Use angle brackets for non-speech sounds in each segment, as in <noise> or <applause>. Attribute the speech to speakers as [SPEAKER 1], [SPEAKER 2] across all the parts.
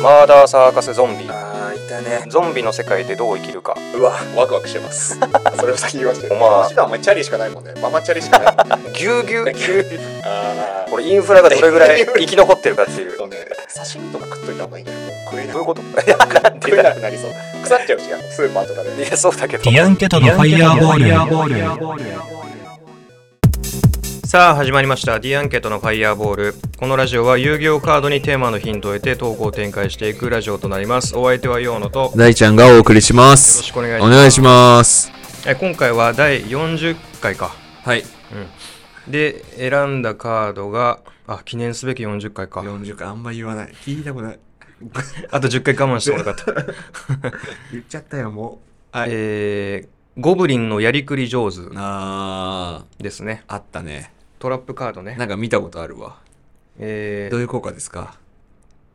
[SPEAKER 1] マーダーサーカスゾンビ
[SPEAKER 2] あーいたね
[SPEAKER 1] ゾンビの世界でどう生きるか
[SPEAKER 2] うわワクワクしてます <laughs> それを先に言わせて
[SPEAKER 1] お前
[SPEAKER 2] 手段お前チャリしかないもんねママチャリしかない <laughs>
[SPEAKER 1] ぎゅうぎゅう
[SPEAKER 2] あー
[SPEAKER 1] これインフラがどれぐ <laughs> らい生き残ってるかっていう
[SPEAKER 2] そうね刺身とか食っといた方がいいんだよもう食えな
[SPEAKER 1] どういう
[SPEAKER 2] く
[SPEAKER 1] こといや
[SPEAKER 2] 食えなくなりそう腐っちゃうしスーパーとかで
[SPEAKER 1] いやそうだけど
[SPEAKER 3] ディアンケトのファイヤーボール。
[SPEAKER 1] さあ始まりました「D アンケートのファイヤーボール」このラジオは遊戯王カードにテーマのヒントを得て投稿を展開していくラジオとなりますお相手は陽野とよ
[SPEAKER 4] 大ちゃんがお送りしま
[SPEAKER 1] ろ
[SPEAKER 4] す
[SPEAKER 1] し。くお願いし
[SPEAKER 4] お
[SPEAKER 1] ます
[SPEAKER 4] 願いします。
[SPEAKER 1] え今回は第40回か
[SPEAKER 4] はい。
[SPEAKER 1] で選んだカードがあ記念すべき40回か
[SPEAKER 4] 40回あんま言わない。聞いたことない。
[SPEAKER 1] あと10回我慢してもよかった、
[SPEAKER 4] 言っちゃったよ、もう。は。
[SPEAKER 1] えー、ゴブリンのやりくり上手
[SPEAKER 4] あ
[SPEAKER 1] ですね
[SPEAKER 4] ー、あったね。
[SPEAKER 1] トラップカードね
[SPEAKER 4] なんか見たことあるわ。
[SPEAKER 1] え
[SPEAKER 4] どういう効果ですか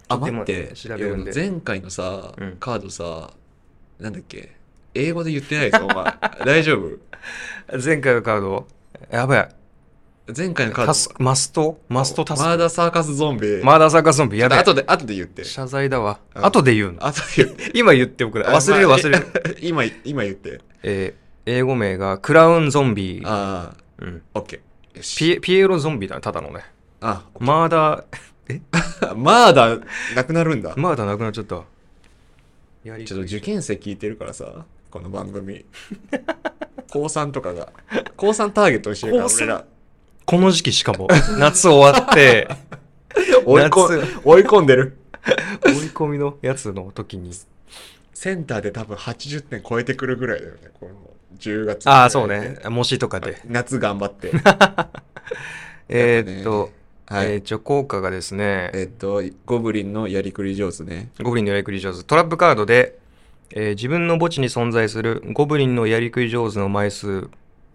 [SPEAKER 4] あ、
[SPEAKER 1] ちょっと
[SPEAKER 4] 待
[SPEAKER 1] 今
[SPEAKER 4] って。
[SPEAKER 1] 調べるんで
[SPEAKER 4] いや前回のさ
[SPEAKER 1] うん、
[SPEAKER 4] カードさ、なんだっけ英語で言ってないぞ、お
[SPEAKER 1] <laughs>
[SPEAKER 4] 前。大丈夫
[SPEAKER 1] ー、前回のカードやばい
[SPEAKER 4] 前回のカ
[SPEAKER 1] タ
[SPEAKER 4] ー
[SPEAKER 1] ス
[SPEAKER 4] ド。
[SPEAKER 1] マストマストタスク
[SPEAKER 4] マーダーサーカスゾンビ。
[SPEAKER 1] マーダーサーカスゾンビやばい
[SPEAKER 4] 後で、後で言って。
[SPEAKER 1] 謝罪だわ
[SPEAKER 4] うん
[SPEAKER 1] 後で言うの
[SPEAKER 4] 後で言って。
[SPEAKER 1] 今言っておくれ忘れる
[SPEAKER 4] あまあ
[SPEAKER 1] 忘れる、
[SPEAKER 4] <laughs> 今、今言って。
[SPEAKER 1] えー、英語名がクラウンゾンビ、
[SPEAKER 4] あ
[SPEAKER 1] うん、
[SPEAKER 4] ー、オッケー。よし
[SPEAKER 1] ピエピエロゾンビだねただのね
[SPEAKER 4] あ、 <laughs>
[SPEAKER 1] マーダー
[SPEAKER 4] まだなくなるんだ。
[SPEAKER 1] マーダーなくなっちゃったやり
[SPEAKER 4] ちょっと受験生聞いてるからさ、この番組。高3とかが。高3ターゲットにしてるから、
[SPEAKER 1] 高三
[SPEAKER 4] 俺ら。
[SPEAKER 1] この時期しか <laughs> も夏終わ <laughs> って
[SPEAKER 4] 追い込追い込んでる。
[SPEAKER 1] 追い込みのやつの時に
[SPEAKER 4] センターで多分80点超えてくるぐらいだよね。この10月。
[SPEAKER 1] ああそうね。模試とかで
[SPEAKER 4] 夏頑
[SPEAKER 1] <laughs>
[SPEAKER 4] 張って。
[SPEAKER 1] えーっと、
[SPEAKER 4] はい。
[SPEAKER 1] えー一応効果がですね
[SPEAKER 4] えっと、ゴブリンのやりくり上手ね。
[SPEAKER 1] ゴブリンのやりくり上手。トラップカードで、えー自分の墓地に存在するゴブリンのやりくり上手の枚数、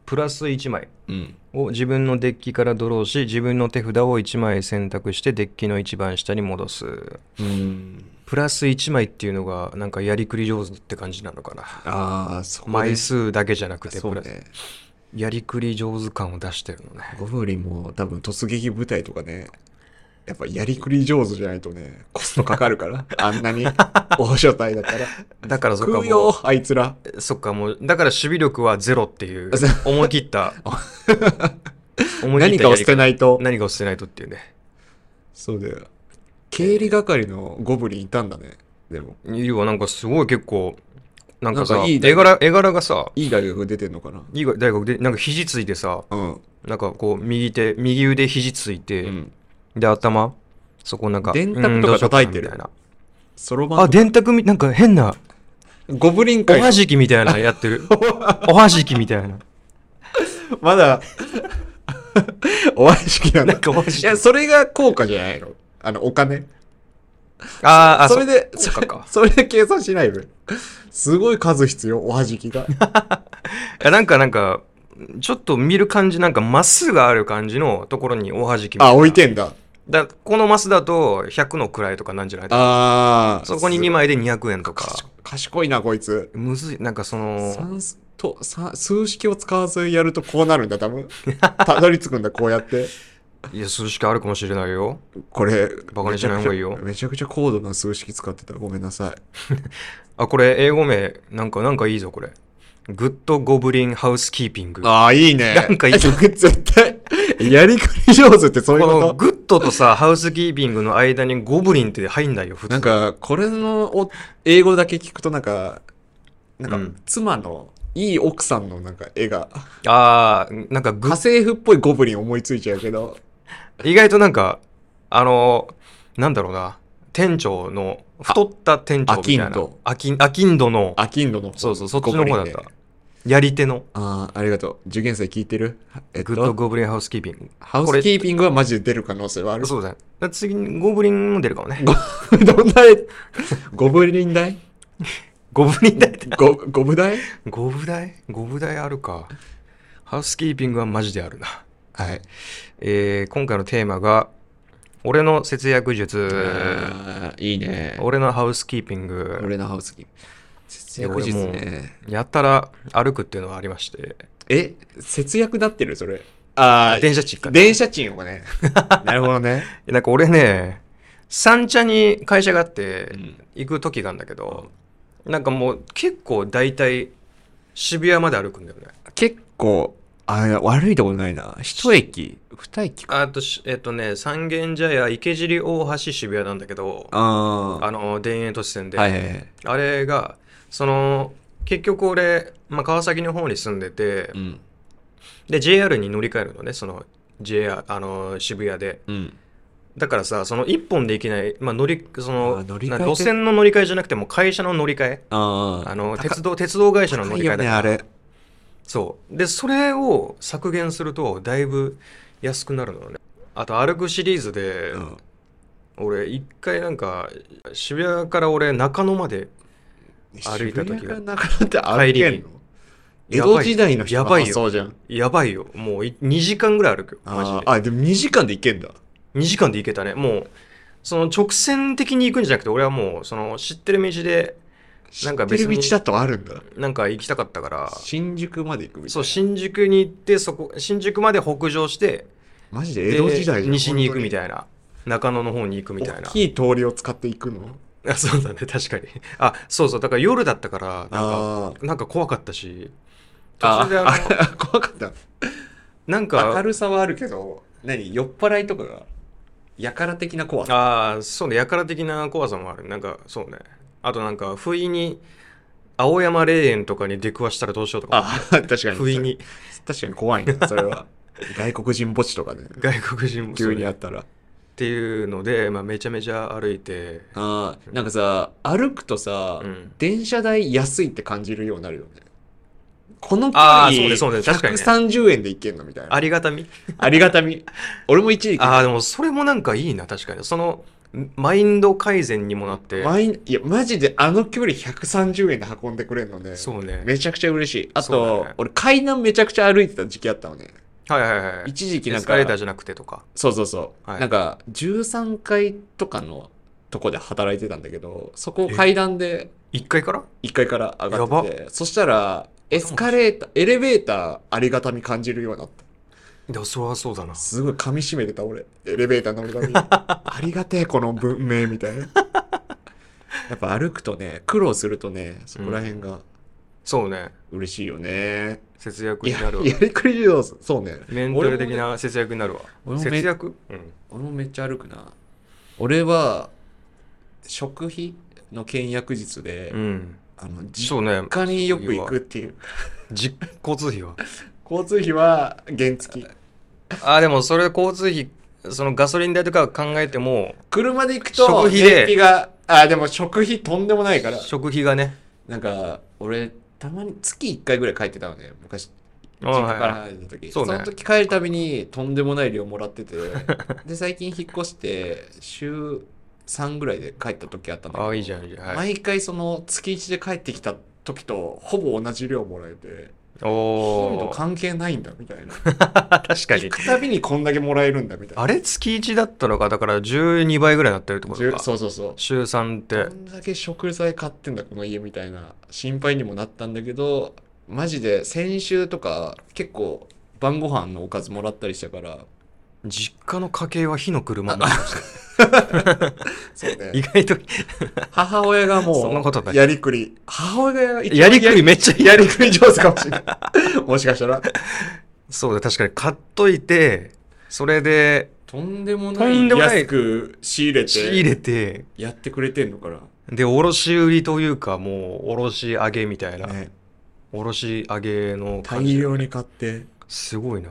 [SPEAKER 1] プラス1枚
[SPEAKER 4] うん。
[SPEAKER 1] を自分のデッキからドローし、自分の手札を1枚選択して、デッキの一番下に戻す。
[SPEAKER 4] うん。
[SPEAKER 1] プラス1枚っていうのが、なんかやりくり上手って感じなのかな。
[SPEAKER 4] ああ、そこで
[SPEAKER 1] 枚数だけじゃなくて、
[SPEAKER 4] そ
[SPEAKER 1] プ
[SPEAKER 4] う
[SPEAKER 1] ラス、
[SPEAKER 4] ね。
[SPEAKER 1] やりくり上手感を出してるのね。
[SPEAKER 4] ゴブリンも多分突撃部隊とかね、やっぱやりくり上手じゃないとね、コストかか
[SPEAKER 1] <laughs>
[SPEAKER 4] るから、あんなに大所帯だから。
[SPEAKER 1] だからそっか
[SPEAKER 4] 食
[SPEAKER 1] も
[SPEAKER 4] うよ、あいつら。
[SPEAKER 1] う、そっかもう、だから守備力はゼロって
[SPEAKER 4] <laughs>
[SPEAKER 1] いう、思い切った、思
[SPEAKER 4] 何かを捨
[SPEAKER 1] い切った
[SPEAKER 4] て
[SPEAKER 1] やり
[SPEAKER 4] ないと
[SPEAKER 1] くり。何かを捨てないとっていうね。
[SPEAKER 4] そうだよ。経理係のゴブリンいたんだね。でも、
[SPEAKER 1] いるわ、なんかすごい結構、なんかさ、
[SPEAKER 4] なんかいいね
[SPEAKER 1] 絵柄、絵柄がさ、
[SPEAKER 4] いい大学出てんのかない
[SPEAKER 1] い大学で、なんか肘ついてさ、
[SPEAKER 4] うん。
[SPEAKER 1] なんかこう、右手、右腕肘ついうて、
[SPEAKER 4] ん。
[SPEAKER 1] で、頭、そこなんか、
[SPEAKER 4] 電卓とか
[SPEAKER 1] うんどうしような
[SPEAKER 4] 叩いてる
[SPEAKER 1] みたいな。
[SPEAKER 4] そろば
[SPEAKER 1] あ、
[SPEAKER 4] んとか。
[SPEAKER 1] 電卓み、なんか変な、
[SPEAKER 4] ゴブリン
[SPEAKER 1] お
[SPEAKER 4] 会
[SPEAKER 1] はじきみたいなのやって
[SPEAKER 4] <laughs>
[SPEAKER 1] る。おはじきみたいな。
[SPEAKER 4] まだ、 <laughs> お会い式なんだ
[SPEAKER 1] なん。かおはじ
[SPEAKER 4] い
[SPEAKER 1] き。あ
[SPEAKER 4] や、それが効果じゃないの。あの、お金。
[SPEAKER 1] ーあ、
[SPEAKER 4] それで、
[SPEAKER 1] そっかか。
[SPEAKER 4] それで計算しない分。すごい数必要、おはじきが。
[SPEAKER 1] いや、なんかなんか、ちょっと見る感じ、なんかマスがある感じのところにおはじきみたい
[SPEAKER 4] あ、
[SPEAKER 1] な
[SPEAKER 4] 置いてんだ。
[SPEAKER 1] だこのマスだと100の位とかなんじゃない
[SPEAKER 4] ああ。
[SPEAKER 1] そこに2枚で200円とか。
[SPEAKER 4] 賢賢いな、こいつ。
[SPEAKER 1] むずい、なんかその、
[SPEAKER 4] 算数と算数式を使わずやるとこうなるんだ、多分。たどり着くんだ、こうやって。
[SPEAKER 1] いや、数式あるかもしれないよ。
[SPEAKER 4] これ、
[SPEAKER 1] バカにしない方がいいよ
[SPEAKER 4] めちゃくちゃめちゃくちゃ高度な数式使ってた。ごめんなさい。
[SPEAKER 1] あ、これ、英語名、なんか、なんかいいぞ、これ。グッドゴブリンハウスキーピング。こ
[SPEAKER 4] ああ、いいね。
[SPEAKER 1] なんかいい
[SPEAKER 4] 絶対、やりくり上手ってそういう
[SPEAKER 1] の
[SPEAKER 4] こ
[SPEAKER 1] グッドとさ、ハウスキーピングの間にゴブリンって入んないよ、普
[SPEAKER 4] と
[SPEAKER 1] 通。
[SPEAKER 4] なん、か、これのお英語だけ聞くとなんか、なん
[SPEAKER 1] う
[SPEAKER 4] か
[SPEAKER 1] ん、
[SPEAKER 4] 妻の、いい奥さんのなんか絵が、
[SPEAKER 1] あー、なんかグ
[SPEAKER 4] 家、政婦っぽいゴブリン思いついちゃうけど、
[SPEAKER 1] 意外となんか、あのー、なんだろうな、店長の、太った店長みたいな。
[SPEAKER 4] アキンド。
[SPEAKER 1] アキン、アキンドの、
[SPEAKER 4] アキンドの方
[SPEAKER 1] そうそう、そっちの方だっ
[SPEAKER 4] ゴブリン
[SPEAKER 1] た
[SPEAKER 4] ね。
[SPEAKER 1] やり手の、
[SPEAKER 4] ああ、ありがとう。受験生聞いてるえっ
[SPEAKER 1] グッド
[SPEAKER 4] と、
[SPEAKER 1] ゴブリンハウスキーピング。
[SPEAKER 4] ハウスキーピングはマジで出る可能性はある。
[SPEAKER 1] そうだね。だから次にゴブリンも出るかもね。
[SPEAKER 4] どんな、ゴブリン大
[SPEAKER 1] ゴブリンだって。
[SPEAKER 4] ゴ、ゴブ大
[SPEAKER 1] 五部台五部台あるか。ハウスキーピングはマジであるな。
[SPEAKER 4] はい。
[SPEAKER 1] えー、今回のテーマが、俺の節約術、
[SPEAKER 4] あーいいね。
[SPEAKER 1] 俺のハウスキーピング、
[SPEAKER 4] 俺のハウスキーピング。節約術ね。
[SPEAKER 1] やったら歩くっていうのがありまして、
[SPEAKER 4] え、節約なってるそれ。ああ、 <laughs>
[SPEAKER 1] 電車チック
[SPEAKER 4] 電車賃をね。なるほどね。
[SPEAKER 1] なんか俺ね、三茶に会社があって
[SPEAKER 4] うん
[SPEAKER 1] 行く時があるんだけど、なんかもう結構大体渋谷まで歩くんだよね
[SPEAKER 4] 結構、あれ、悪いとこないな。一駅、二駅か。
[SPEAKER 1] あとしえっとね三軒茶屋池尻大橋渋谷なんだけど
[SPEAKER 4] あ
[SPEAKER 1] あの田園都市線
[SPEAKER 4] ー
[SPEAKER 1] で、
[SPEAKER 4] はいはいはい。
[SPEAKER 1] あれがその結局俺、まあ、川崎の方に住んでて、
[SPEAKER 4] うん。
[SPEAKER 1] で JR に乗り換えるのねその JR あの渋谷で
[SPEAKER 4] うん。
[SPEAKER 1] だからさその1本で行けない、まあ、乗りその
[SPEAKER 4] あ乗り換え
[SPEAKER 1] な
[SPEAKER 4] て
[SPEAKER 1] 路線の乗り換えじゃなくてもう会社の乗り換え
[SPEAKER 4] あー
[SPEAKER 1] あの
[SPEAKER 4] 高
[SPEAKER 1] 鉄道鉄道会社の乗
[SPEAKER 4] 高
[SPEAKER 1] り
[SPEAKER 4] い
[SPEAKER 1] 換えだか
[SPEAKER 4] よね、
[SPEAKER 1] ら
[SPEAKER 4] あれ。
[SPEAKER 1] そうでそれを削減するとだいぶ安くなるのよねあと歩くシリーズで、
[SPEAKER 4] うん。
[SPEAKER 1] 俺一回なんか渋谷から俺中野まで歩いた時が
[SPEAKER 4] 渋谷から中野って歩けんの江戸時代の人
[SPEAKER 1] や
[SPEAKER 4] の
[SPEAKER 1] ばい
[SPEAKER 4] 発
[SPEAKER 1] よ
[SPEAKER 4] 想じゃん。
[SPEAKER 1] やばいよもうい2時間ぐらい歩くよマジ
[SPEAKER 4] あ
[SPEAKER 1] で
[SPEAKER 4] ーあ、でも2時間で行けんだ。
[SPEAKER 1] 2時間で行けたねもうその直線的に行くんじゃなくて俺はもうその知ってる道でなんか別に
[SPEAKER 4] 知ってる道だとあるんだ。
[SPEAKER 1] なんか行きたかったから
[SPEAKER 4] 新宿まで行くみたいな。
[SPEAKER 1] そう新宿に行ってそこ新宿まで北上して
[SPEAKER 4] マジで
[SPEAKER 1] で
[SPEAKER 4] 江戸時代じゃん。
[SPEAKER 1] 西に行くみ
[SPEAKER 4] い
[SPEAKER 1] たいな中野の方に行くみたい
[SPEAKER 4] 大
[SPEAKER 1] な
[SPEAKER 4] きい通りを使って行くの
[SPEAKER 1] あそうだね確かにあそうそうだから夜だったからなんか
[SPEAKER 4] あー
[SPEAKER 1] なんか怖かったし途
[SPEAKER 4] あ
[SPEAKER 1] 中であの
[SPEAKER 4] ー <laughs> 怖かった。
[SPEAKER 1] なん
[SPEAKER 4] 明
[SPEAKER 1] か
[SPEAKER 4] るさはあるけど、何酔っ払いとかが、やから的な怖さ。
[SPEAKER 1] ああそうねやから的な怖さもあるなんかそうねあとなんか不意に青山霊園とかに出くわしたらどうしようとか
[SPEAKER 4] あ、確かに。
[SPEAKER 1] 不意に
[SPEAKER 4] 確かに怖いね、それ
[SPEAKER 1] <laughs>
[SPEAKER 4] は。外国人墓地とかね、
[SPEAKER 1] 外国人もそう
[SPEAKER 4] 急
[SPEAKER 1] ね
[SPEAKER 4] にあったら。
[SPEAKER 1] っていうので、まあ、めちゃめちゃ歩いて
[SPEAKER 4] あーなんかさ、歩くとさ、
[SPEAKER 1] うん
[SPEAKER 4] 電車代安いって感じるようになるよね。この距
[SPEAKER 1] あ
[SPEAKER 4] 離
[SPEAKER 1] ーそうねそうね確かにね
[SPEAKER 4] 130円で行けんのみたいな。
[SPEAKER 1] ありがたみ
[SPEAKER 4] ありがたみ。俺も一時期
[SPEAKER 1] ああでもそれもなんかいいな確かにそのマインド改善にもな
[SPEAKER 4] <laughs>
[SPEAKER 1] って
[SPEAKER 4] マインいや、マジであの距離130円で運んでくれるのね。
[SPEAKER 1] そうね
[SPEAKER 4] めちゃくちゃ嬉しい。あ
[SPEAKER 1] そう
[SPEAKER 4] と、
[SPEAKER 1] だね
[SPEAKER 4] 俺階段めちゃくちゃ歩いてた時期あったのね。
[SPEAKER 1] はいはいはい
[SPEAKER 4] 一時期
[SPEAKER 1] エ
[SPEAKER 4] なん
[SPEAKER 1] スカレータ
[SPEAKER 4] か
[SPEAKER 1] ー、じゃなくてとか
[SPEAKER 4] そうそうそう、
[SPEAKER 1] はい
[SPEAKER 4] なんか13階とかのとこで働いてたんだけど、そこを階段で
[SPEAKER 1] 1階から
[SPEAKER 4] 1階から上がってて、そしたら、エスカレーター、エレベーターありがたみ感じるようになった。
[SPEAKER 1] でもそれはそうだな
[SPEAKER 4] すごい噛み締めてた俺。エレベーター乗る <laughs> たびに。ありがてえ、この文明みたいな。 <laughs> やっぱ歩くとね、苦労するとね、そこら辺が
[SPEAKER 1] そうね
[SPEAKER 4] 嬉しいよね。
[SPEAKER 1] 節約
[SPEAKER 4] い
[SPEAKER 1] に
[SPEAKER 4] や
[SPEAKER 1] なるわ
[SPEAKER 4] やりくり上手。そうね。
[SPEAKER 1] メンタル的な節約になるわ
[SPEAKER 4] 俺もね
[SPEAKER 1] 節約うん
[SPEAKER 4] 俺もめっちゃ歩くな。俺は、食費の倹約術で、
[SPEAKER 1] うん
[SPEAKER 4] あの、
[SPEAKER 1] そ
[SPEAKER 4] 実
[SPEAKER 1] うね
[SPEAKER 4] 家によく行くっていう。
[SPEAKER 1] じ交通費は
[SPEAKER 4] 交通費は原付き。
[SPEAKER 1] ああでもそれ交通費そのガソリン代とか考えても
[SPEAKER 4] 車で行くと、
[SPEAKER 1] 食費で
[SPEAKER 4] 燃費が、あ、でも食費とんでもないから。
[SPEAKER 1] 食費がね
[SPEAKER 4] なんか、俺、たまに月1回ぐらい帰ってたのね、昔、
[SPEAKER 1] あ
[SPEAKER 4] 実
[SPEAKER 1] あ
[SPEAKER 4] 家から離れた時。
[SPEAKER 1] そうね
[SPEAKER 4] の時帰るたびにとんでもない量もらって
[SPEAKER 1] <laughs>
[SPEAKER 4] て、で、最近引っ越して、週3ぐらいで帰った時あったんだけ
[SPEAKER 1] あ
[SPEAKER 4] ど、
[SPEAKER 1] あいいじゃんいいじゃん、はい、
[SPEAKER 4] 毎回その月1で帰ってきた時とほぼ同じ量もらえて、
[SPEAKER 1] お
[SPEAKER 4] 頻度
[SPEAKER 1] お
[SPEAKER 4] 関係ないんだみたいな。
[SPEAKER 1] 確か
[SPEAKER 4] 行
[SPEAKER 1] に
[SPEAKER 4] くたびにこんだけもらえるんだみたいな。
[SPEAKER 1] あれ月1だったのかだから12倍ぐらいになってるってこ
[SPEAKER 4] じゅ
[SPEAKER 1] とか
[SPEAKER 4] そうそうそう。
[SPEAKER 1] 週3って
[SPEAKER 4] どんだけ食材買ってんだこの家みたいな心配にもなったんだけどマジで先週とか結構晩ご飯のおかずもらったりしたから
[SPEAKER 1] 実家の家計は火の車だ
[SPEAKER 4] そうね
[SPEAKER 1] <laughs> 意外と
[SPEAKER 4] 母親がもう
[SPEAKER 1] そんなことない
[SPEAKER 4] やりくり母親が一番
[SPEAKER 1] やりくりめっちゃ
[SPEAKER 4] やりくり上手かもしれない <laughs> もしかしたら
[SPEAKER 1] そうだ確かに買っといてそれで
[SPEAKER 4] とんでも
[SPEAKER 1] と
[SPEAKER 4] ない
[SPEAKER 1] んでもない
[SPEAKER 4] 安く仕入れ
[SPEAKER 1] 仕入
[SPEAKER 4] て
[SPEAKER 1] れて
[SPEAKER 4] やってくれてんのから
[SPEAKER 1] で卸売りというかもう卸上げみたいな、
[SPEAKER 4] ね
[SPEAKER 1] 卸上げの感
[SPEAKER 4] 大
[SPEAKER 1] じ
[SPEAKER 4] 量に買って
[SPEAKER 1] すごいな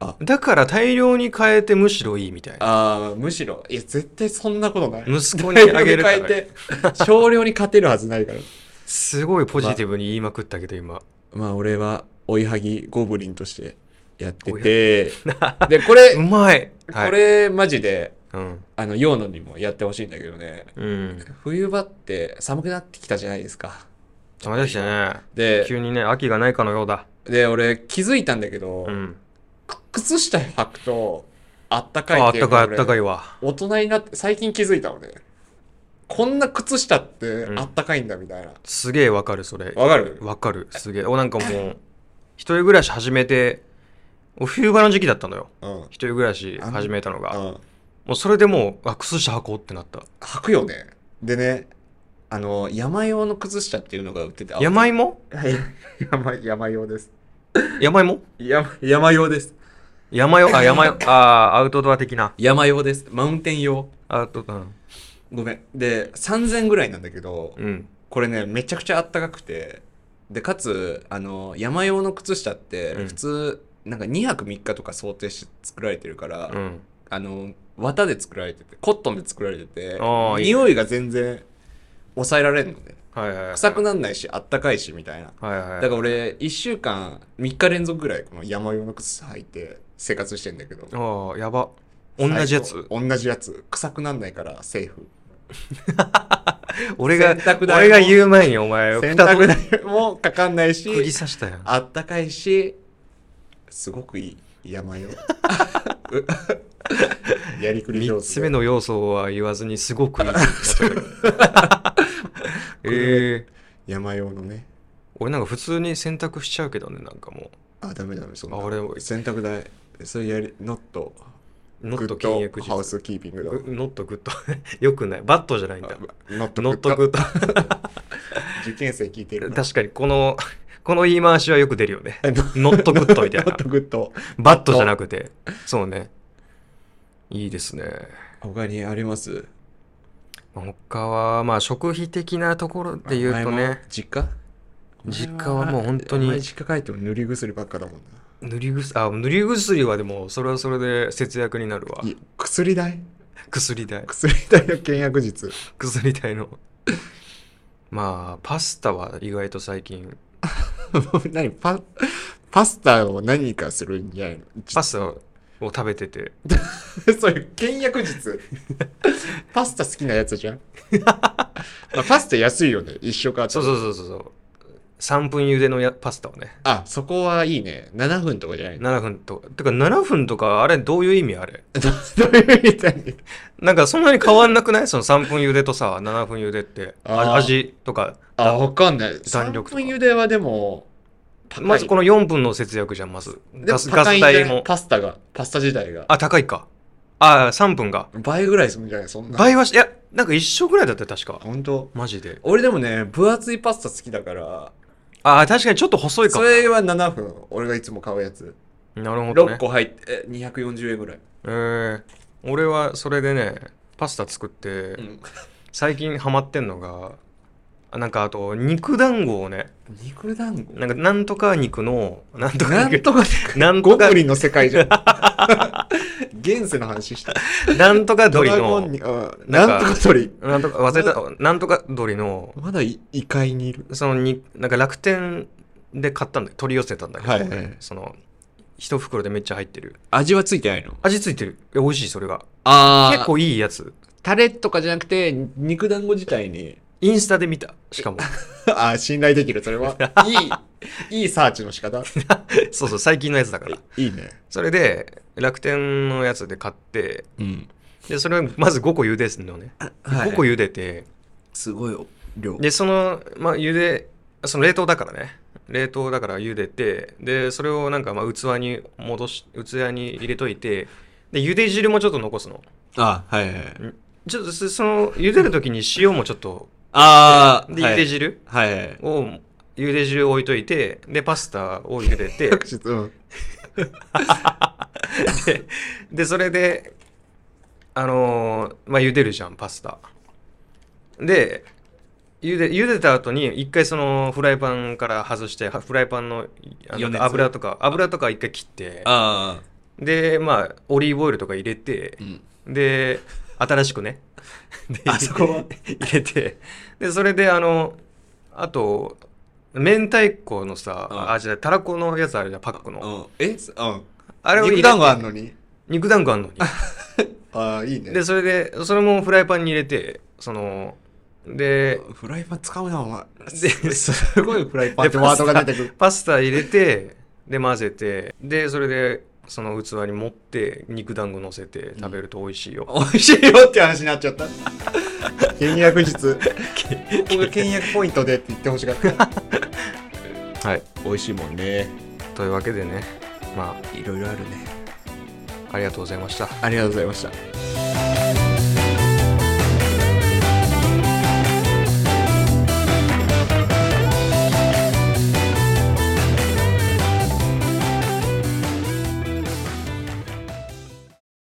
[SPEAKER 4] あ
[SPEAKER 1] だから大量に変えてむしろいいみたいな
[SPEAKER 4] ああむしろいや絶対そんなことない
[SPEAKER 1] 息子に
[SPEAKER 4] 大量
[SPEAKER 1] あげるから
[SPEAKER 4] 変えて少量に勝てるはずないから
[SPEAKER 1] すごいポジティブに言いまくったけど今
[SPEAKER 4] まあ俺は追いはぎゴブリンとしてやってて、で、これ、
[SPEAKER 1] うまい、はい、
[SPEAKER 4] これマジで、
[SPEAKER 1] うん
[SPEAKER 4] あの、ヨーノにもやってほしいんだけどね、
[SPEAKER 1] うん
[SPEAKER 4] 冬場って寒くなってきたじゃないですか。
[SPEAKER 1] 邪魔でしたね
[SPEAKER 4] で、
[SPEAKER 1] 急にね秋がないかのようだ
[SPEAKER 4] で、俺気づいたんだけど、
[SPEAKER 1] うん
[SPEAKER 4] 靴下履くと、あったかい
[SPEAKER 1] ああ
[SPEAKER 4] っ
[SPEAKER 1] って
[SPEAKER 4] いう
[SPEAKER 1] たか
[SPEAKER 4] のが
[SPEAKER 1] いあったかいわ
[SPEAKER 4] 俺大人になって、最近気づいたのね。こんな靴下って
[SPEAKER 1] うん
[SPEAKER 4] あったかいんだみたいな。
[SPEAKER 1] すげえわかるそれ
[SPEAKER 4] わかる
[SPEAKER 1] わかるすげえおなんかもう一人暮らし始めてお冬場の時期だったのよ
[SPEAKER 4] うん。うん。
[SPEAKER 1] 一人暮らし始めたのがもうそれでもう、あ、靴下履こうってなった。
[SPEAKER 4] 履くよね。でね、あの、山用の靴下っていうのが売ってて。あ
[SPEAKER 1] 山芋
[SPEAKER 4] はい。山、山用です。
[SPEAKER 1] 山芋
[SPEAKER 4] 山、山用です。
[SPEAKER 1] 山よ、あ、山
[SPEAKER 4] <laughs>
[SPEAKER 1] よ、あーアウトドア的な。
[SPEAKER 4] 山用です。マウンテン用。
[SPEAKER 1] アウトドア。
[SPEAKER 4] ごめん。で、3000ぐらいなんだけど、
[SPEAKER 1] うん。
[SPEAKER 4] これね、めちゃくちゃあったかくて、で、かつ、あの、山用の靴下って、
[SPEAKER 1] うん
[SPEAKER 4] 普通、なんか2泊3日とか想定して作られてるから、
[SPEAKER 1] うん。
[SPEAKER 4] あの、綿で作られてて、コットンで作られてて、
[SPEAKER 1] ああいいね
[SPEAKER 4] 匂いが全然抑えられんのね。
[SPEAKER 1] はいはいはい。
[SPEAKER 4] 臭くなんないし、あったかいし、みたいな。
[SPEAKER 1] はいはい。
[SPEAKER 4] だから俺、1週間、3日連続ぐらい、この山用の靴下履いて生活してんだけど。
[SPEAKER 1] ああ、やば。同じや
[SPEAKER 4] 最
[SPEAKER 1] つ。
[SPEAKER 4] 高同じやつ。臭くなんないから、セーフ。
[SPEAKER 1] 俺が
[SPEAKER 4] 洗濯、台も
[SPEAKER 1] 俺が言う前にお前を
[SPEAKER 4] 洗
[SPEAKER 1] 二つ
[SPEAKER 4] 濯代もかかんないし、
[SPEAKER 1] 釘刺したよ。
[SPEAKER 4] あったかいし、すごくいい
[SPEAKER 1] <laughs>
[SPEAKER 4] 山よ。やりくり
[SPEAKER 1] 三
[SPEAKER 4] 上手で。
[SPEAKER 1] つ目の要素は言わずにすごくいいって言っちゃったけど。 <laughs> ええ
[SPEAKER 4] 山用のね。
[SPEAKER 1] 俺なんか普通に洗濯しちゃうけどね、なんかも
[SPEAKER 4] あ、ダメダメ、そんな。
[SPEAKER 1] あ俺
[SPEAKER 4] 洗濯代、それやり、ノット、
[SPEAKER 1] う。
[SPEAKER 4] グ
[SPEAKER 1] ノッ
[SPEAKER 4] ッ
[SPEAKER 1] ト禁
[SPEAKER 4] ド
[SPEAKER 1] 欲
[SPEAKER 4] ハウ
[SPEAKER 1] 術。
[SPEAKER 4] スキーピングだ。
[SPEAKER 1] うノットグッド。 <laughs> よくない。バットじゃないんだ。
[SPEAKER 4] あノット
[SPEAKER 1] ノット
[SPEAKER 4] グ
[SPEAKER 1] グ
[SPEAKER 4] ッ
[SPEAKER 1] ッド。
[SPEAKER 4] ド。受験生聞い <laughs> てる。
[SPEAKER 1] 確かに、この、この言い回しはよく出るよね。
[SPEAKER 4] えノ
[SPEAKER 1] ノットグッドみ
[SPEAKER 4] <laughs>
[SPEAKER 1] たい
[SPEAKER 4] ノ
[SPEAKER 1] な
[SPEAKER 4] ッ。トグッド。
[SPEAKER 1] バットじゃなくて。そうね。いいですね。
[SPEAKER 4] 他にあります
[SPEAKER 1] 他は、まあ、食費的なところで言うとね、。
[SPEAKER 4] 実家
[SPEAKER 1] 実家はもう本当に
[SPEAKER 4] お前実家帰っても塗り薬ばっかだもんな。
[SPEAKER 1] 塗り薬、あ、塗り薬はでも、それはそれで節約になるわ
[SPEAKER 4] い。や薬代
[SPEAKER 1] 薬代。
[SPEAKER 4] 薬代の倹約
[SPEAKER 1] <laughs>
[SPEAKER 4] 術。
[SPEAKER 1] 薬代の。まあ、パスタは意外と最近、
[SPEAKER 4] 何パ、パスタを何かするんじゃないの <laughs>
[SPEAKER 1] パスタを食べてて、
[SPEAKER 4] そういう倹約
[SPEAKER 1] <laughs>
[SPEAKER 4] 術。パスタ好きなやつじゃん。 <laughs> まあ、パスタ安いよね。一緒か。
[SPEAKER 1] そうそうそうそうそう、3分茹でのやパスタをね、
[SPEAKER 4] あ、そこはいいね。7分とかじゃないの。
[SPEAKER 1] 7分とか、てか7分とか、あれどういう意味あれ
[SPEAKER 4] <laughs> どういうみたいに。
[SPEAKER 1] なんかそんなに変わんなくないその3分茹でとさ、7分茹でって、
[SPEAKER 4] あー
[SPEAKER 1] あ味とか、
[SPEAKER 4] あ、わかんない。
[SPEAKER 1] 弾力とか
[SPEAKER 4] 3分茹ではでも、高い
[SPEAKER 1] まずこの4分の節約じゃん、まず。
[SPEAKER 4] でも
[SPEAKER 1] ガスガ
[SPEAKER 4] 高い
[SPEAKER 1] ス
[SPEAKER 4] んじゃない
[SPEAKER 1] 代も。
[SPEAKER 4] パスタが、パスタ自体が。
[SPEAKER 1] あ、高いか。あ、3分が。
[SPEAKER 4] 倍ぐらいするんじゃないそんな。
[SPEAKER 1] 倍はし、いや、なんか一緒ぐらいだったよ、確か。
[SPEAKER 4] 本当
[SPEAKER 1] マジで。
[SPEAKER 4] 俺でもね、分厚いパスタ好きだから、
[SPEAKER 1] あ、確かにちょっと細いか
[SPEAKER 4] そ
[SPEAKER 1] もな。
[SPEAKER 4] れは7分。俺がいつも買うやつ。
[SPEAKER 1] なるほど
[SPEAKER 4] 6
[SPEAKER 1] ね。
[SPEAKER 4] 個入って、え240円ぐらい。
[SPEAKER 1] えー、俺はそれでね、パスタ作って、
[SPEAKER 4] うん。
[SPEAKER 1] 最近ハマってんのが、あなんかあと、肉団子をね、
[SPEAKER 4] 肉団子
[SPEAKER 1] なんかなんとか肉の、なんと
[SPEAKER 4] な
[SPEAKER 1] か
[SPEAKER 4] ん
[SPEAKER 1] 肉、
[SPEAKER 4] とか、
[SPEAKER 1] なん
[SPEAKER 4] ゴ
[SPEAKER 1] とか
[SPEAKER 4] ブ、リンの世界じゃん。 <laughs> 現世の話した。
[SPEAKER 1] なんとか
[SPEAKER 4] ド
[SPEAKER 1] 鳥
[SPEAKER 4] ラゴ
[SPEAKER 1] の
[SPEAKER 4] ン、に、うん
[SPEAKER 1] な
[SPEAKER 4] なん
[SPEAKER 1] か
[SPEAKER 4] んとか鳥。
[SPEAKER 1] なんとか、忘れた、なんとか鳥の、
[SPEAKER 4] まだい異界にいる。
[SPEAKER 1] そのに、なんか楽天で買ったんだよ。取り寄せたんだけど、
[SPEAKER 4] はいはい
[SPEAKER 1] その、一袋でめっちゃ入ってる。
[SPEAKER 4] 味はついてないの
[SPEAKER 1] 味ついてる。いや美味しい、それが。
[SPEAKER 4] あ
[SPEAKER 1] 結構いいやつ。
[SPEAKER 4] タレとかじゃなくて、肉団子自体に。
[SPEAKER 1] インスタで見た。しかも。
[SPEAKER 4] <laughs> ああ、信頼できる、それは。 <laughs> いい、いいサーチの仕方。
[SPEAKER 1] そうそう、最近のやつだから。
[SPEAKER 4] いいね。
[SPEAKER 1] それで、楽天のやつで買って、
[SPEAKER 4] うん。
[SPEAKER 1] で、それをまず5個茹ですんのね。5個茹でて、
[SPEAKER 4] すごい量。
[SPEAKER 1] で、その、まあ、茹で、その冷凍だからね。冷凍だから茹でて、で、それをなんかまあ器に戻し、器に入れといて、で、茹で汁もちょっと残すの。
[SPEAKER 4] あはいはい。
[SPEAKER 1] ちょっとそその茹でる時に塩もちょっと
[SPEAKER 4] あ
[SPEAKER 1] で茹で汁
[SPEAKER 4] はいはい。
[SPEAKER 1] を茹で汁置いといてでパスタを茹でて
[SPEAKER 4] うん。
[SPEAKER 1] でそれであのーまあ茹でるじゃんパスタで茹で茹でた後に一回そのフライパンから外してはフライパンのあ
[SPEAKER 4] 余熱
[SPEAKER 1] の油とか油とか一回切って
[SPEAKER 4] ああ。
[SPEAKER 1] でまあオリーブオイルとか入れて
[SPEAKER 4] うん。
[SPEAKER 1] で新しく
[SPEAKER 4] <laughs>
[SPEAKER 1] ねで
[SPEAKER 4] あそこは
[SPEAKER 1] 入れてでそれであのあと明太子のさ、
[SPEAKER 4] うん
[SPEAKER 1] あじゃたらこのやつあるじゃんパックの、
[SPEAKER 4] うん。えうん。
[SPEAKER 1] あれを入れて
[SPEAKER 4] 肉団子あんのに。
[SPEAKER 1] 肉団子あんのに
[SPEAKER 4] ああ、いいね。
[SPEAKER 1] でそれでそれもフライパンに入れてそので
[SPEAKER 4] フライパン使うな、お <laughs> 前。
[SPEAKER 1] で
[SPEAKER 4] すごいフライパンって
[SPEAKER 1] でパ
[SPEAKER 4] ワー
[SPEAKER 1] スタ
[SPEAKER 4] ドが出てくる。
[SPEAKER 1] パスタ入れてで混ぜてでそれでその器に盛って肉団子乗せて食べると美味しいよ、
[SPEAKER 4] <laughs> 美味しいよって話になっちゃった。 <laughs> 倹約術。ここが倹約ポイントでって言ってほしかった。
[SPEAKER 1] はい
[SPEAKER 4] <laughs> 美味しいもんね。
[SPEAKER 1] というわけでねま
[SPEAKER 4] いろいろあるね。
[SPEAKER 1] あありがとうございました
[SPEAKER 4] ありがとうございました。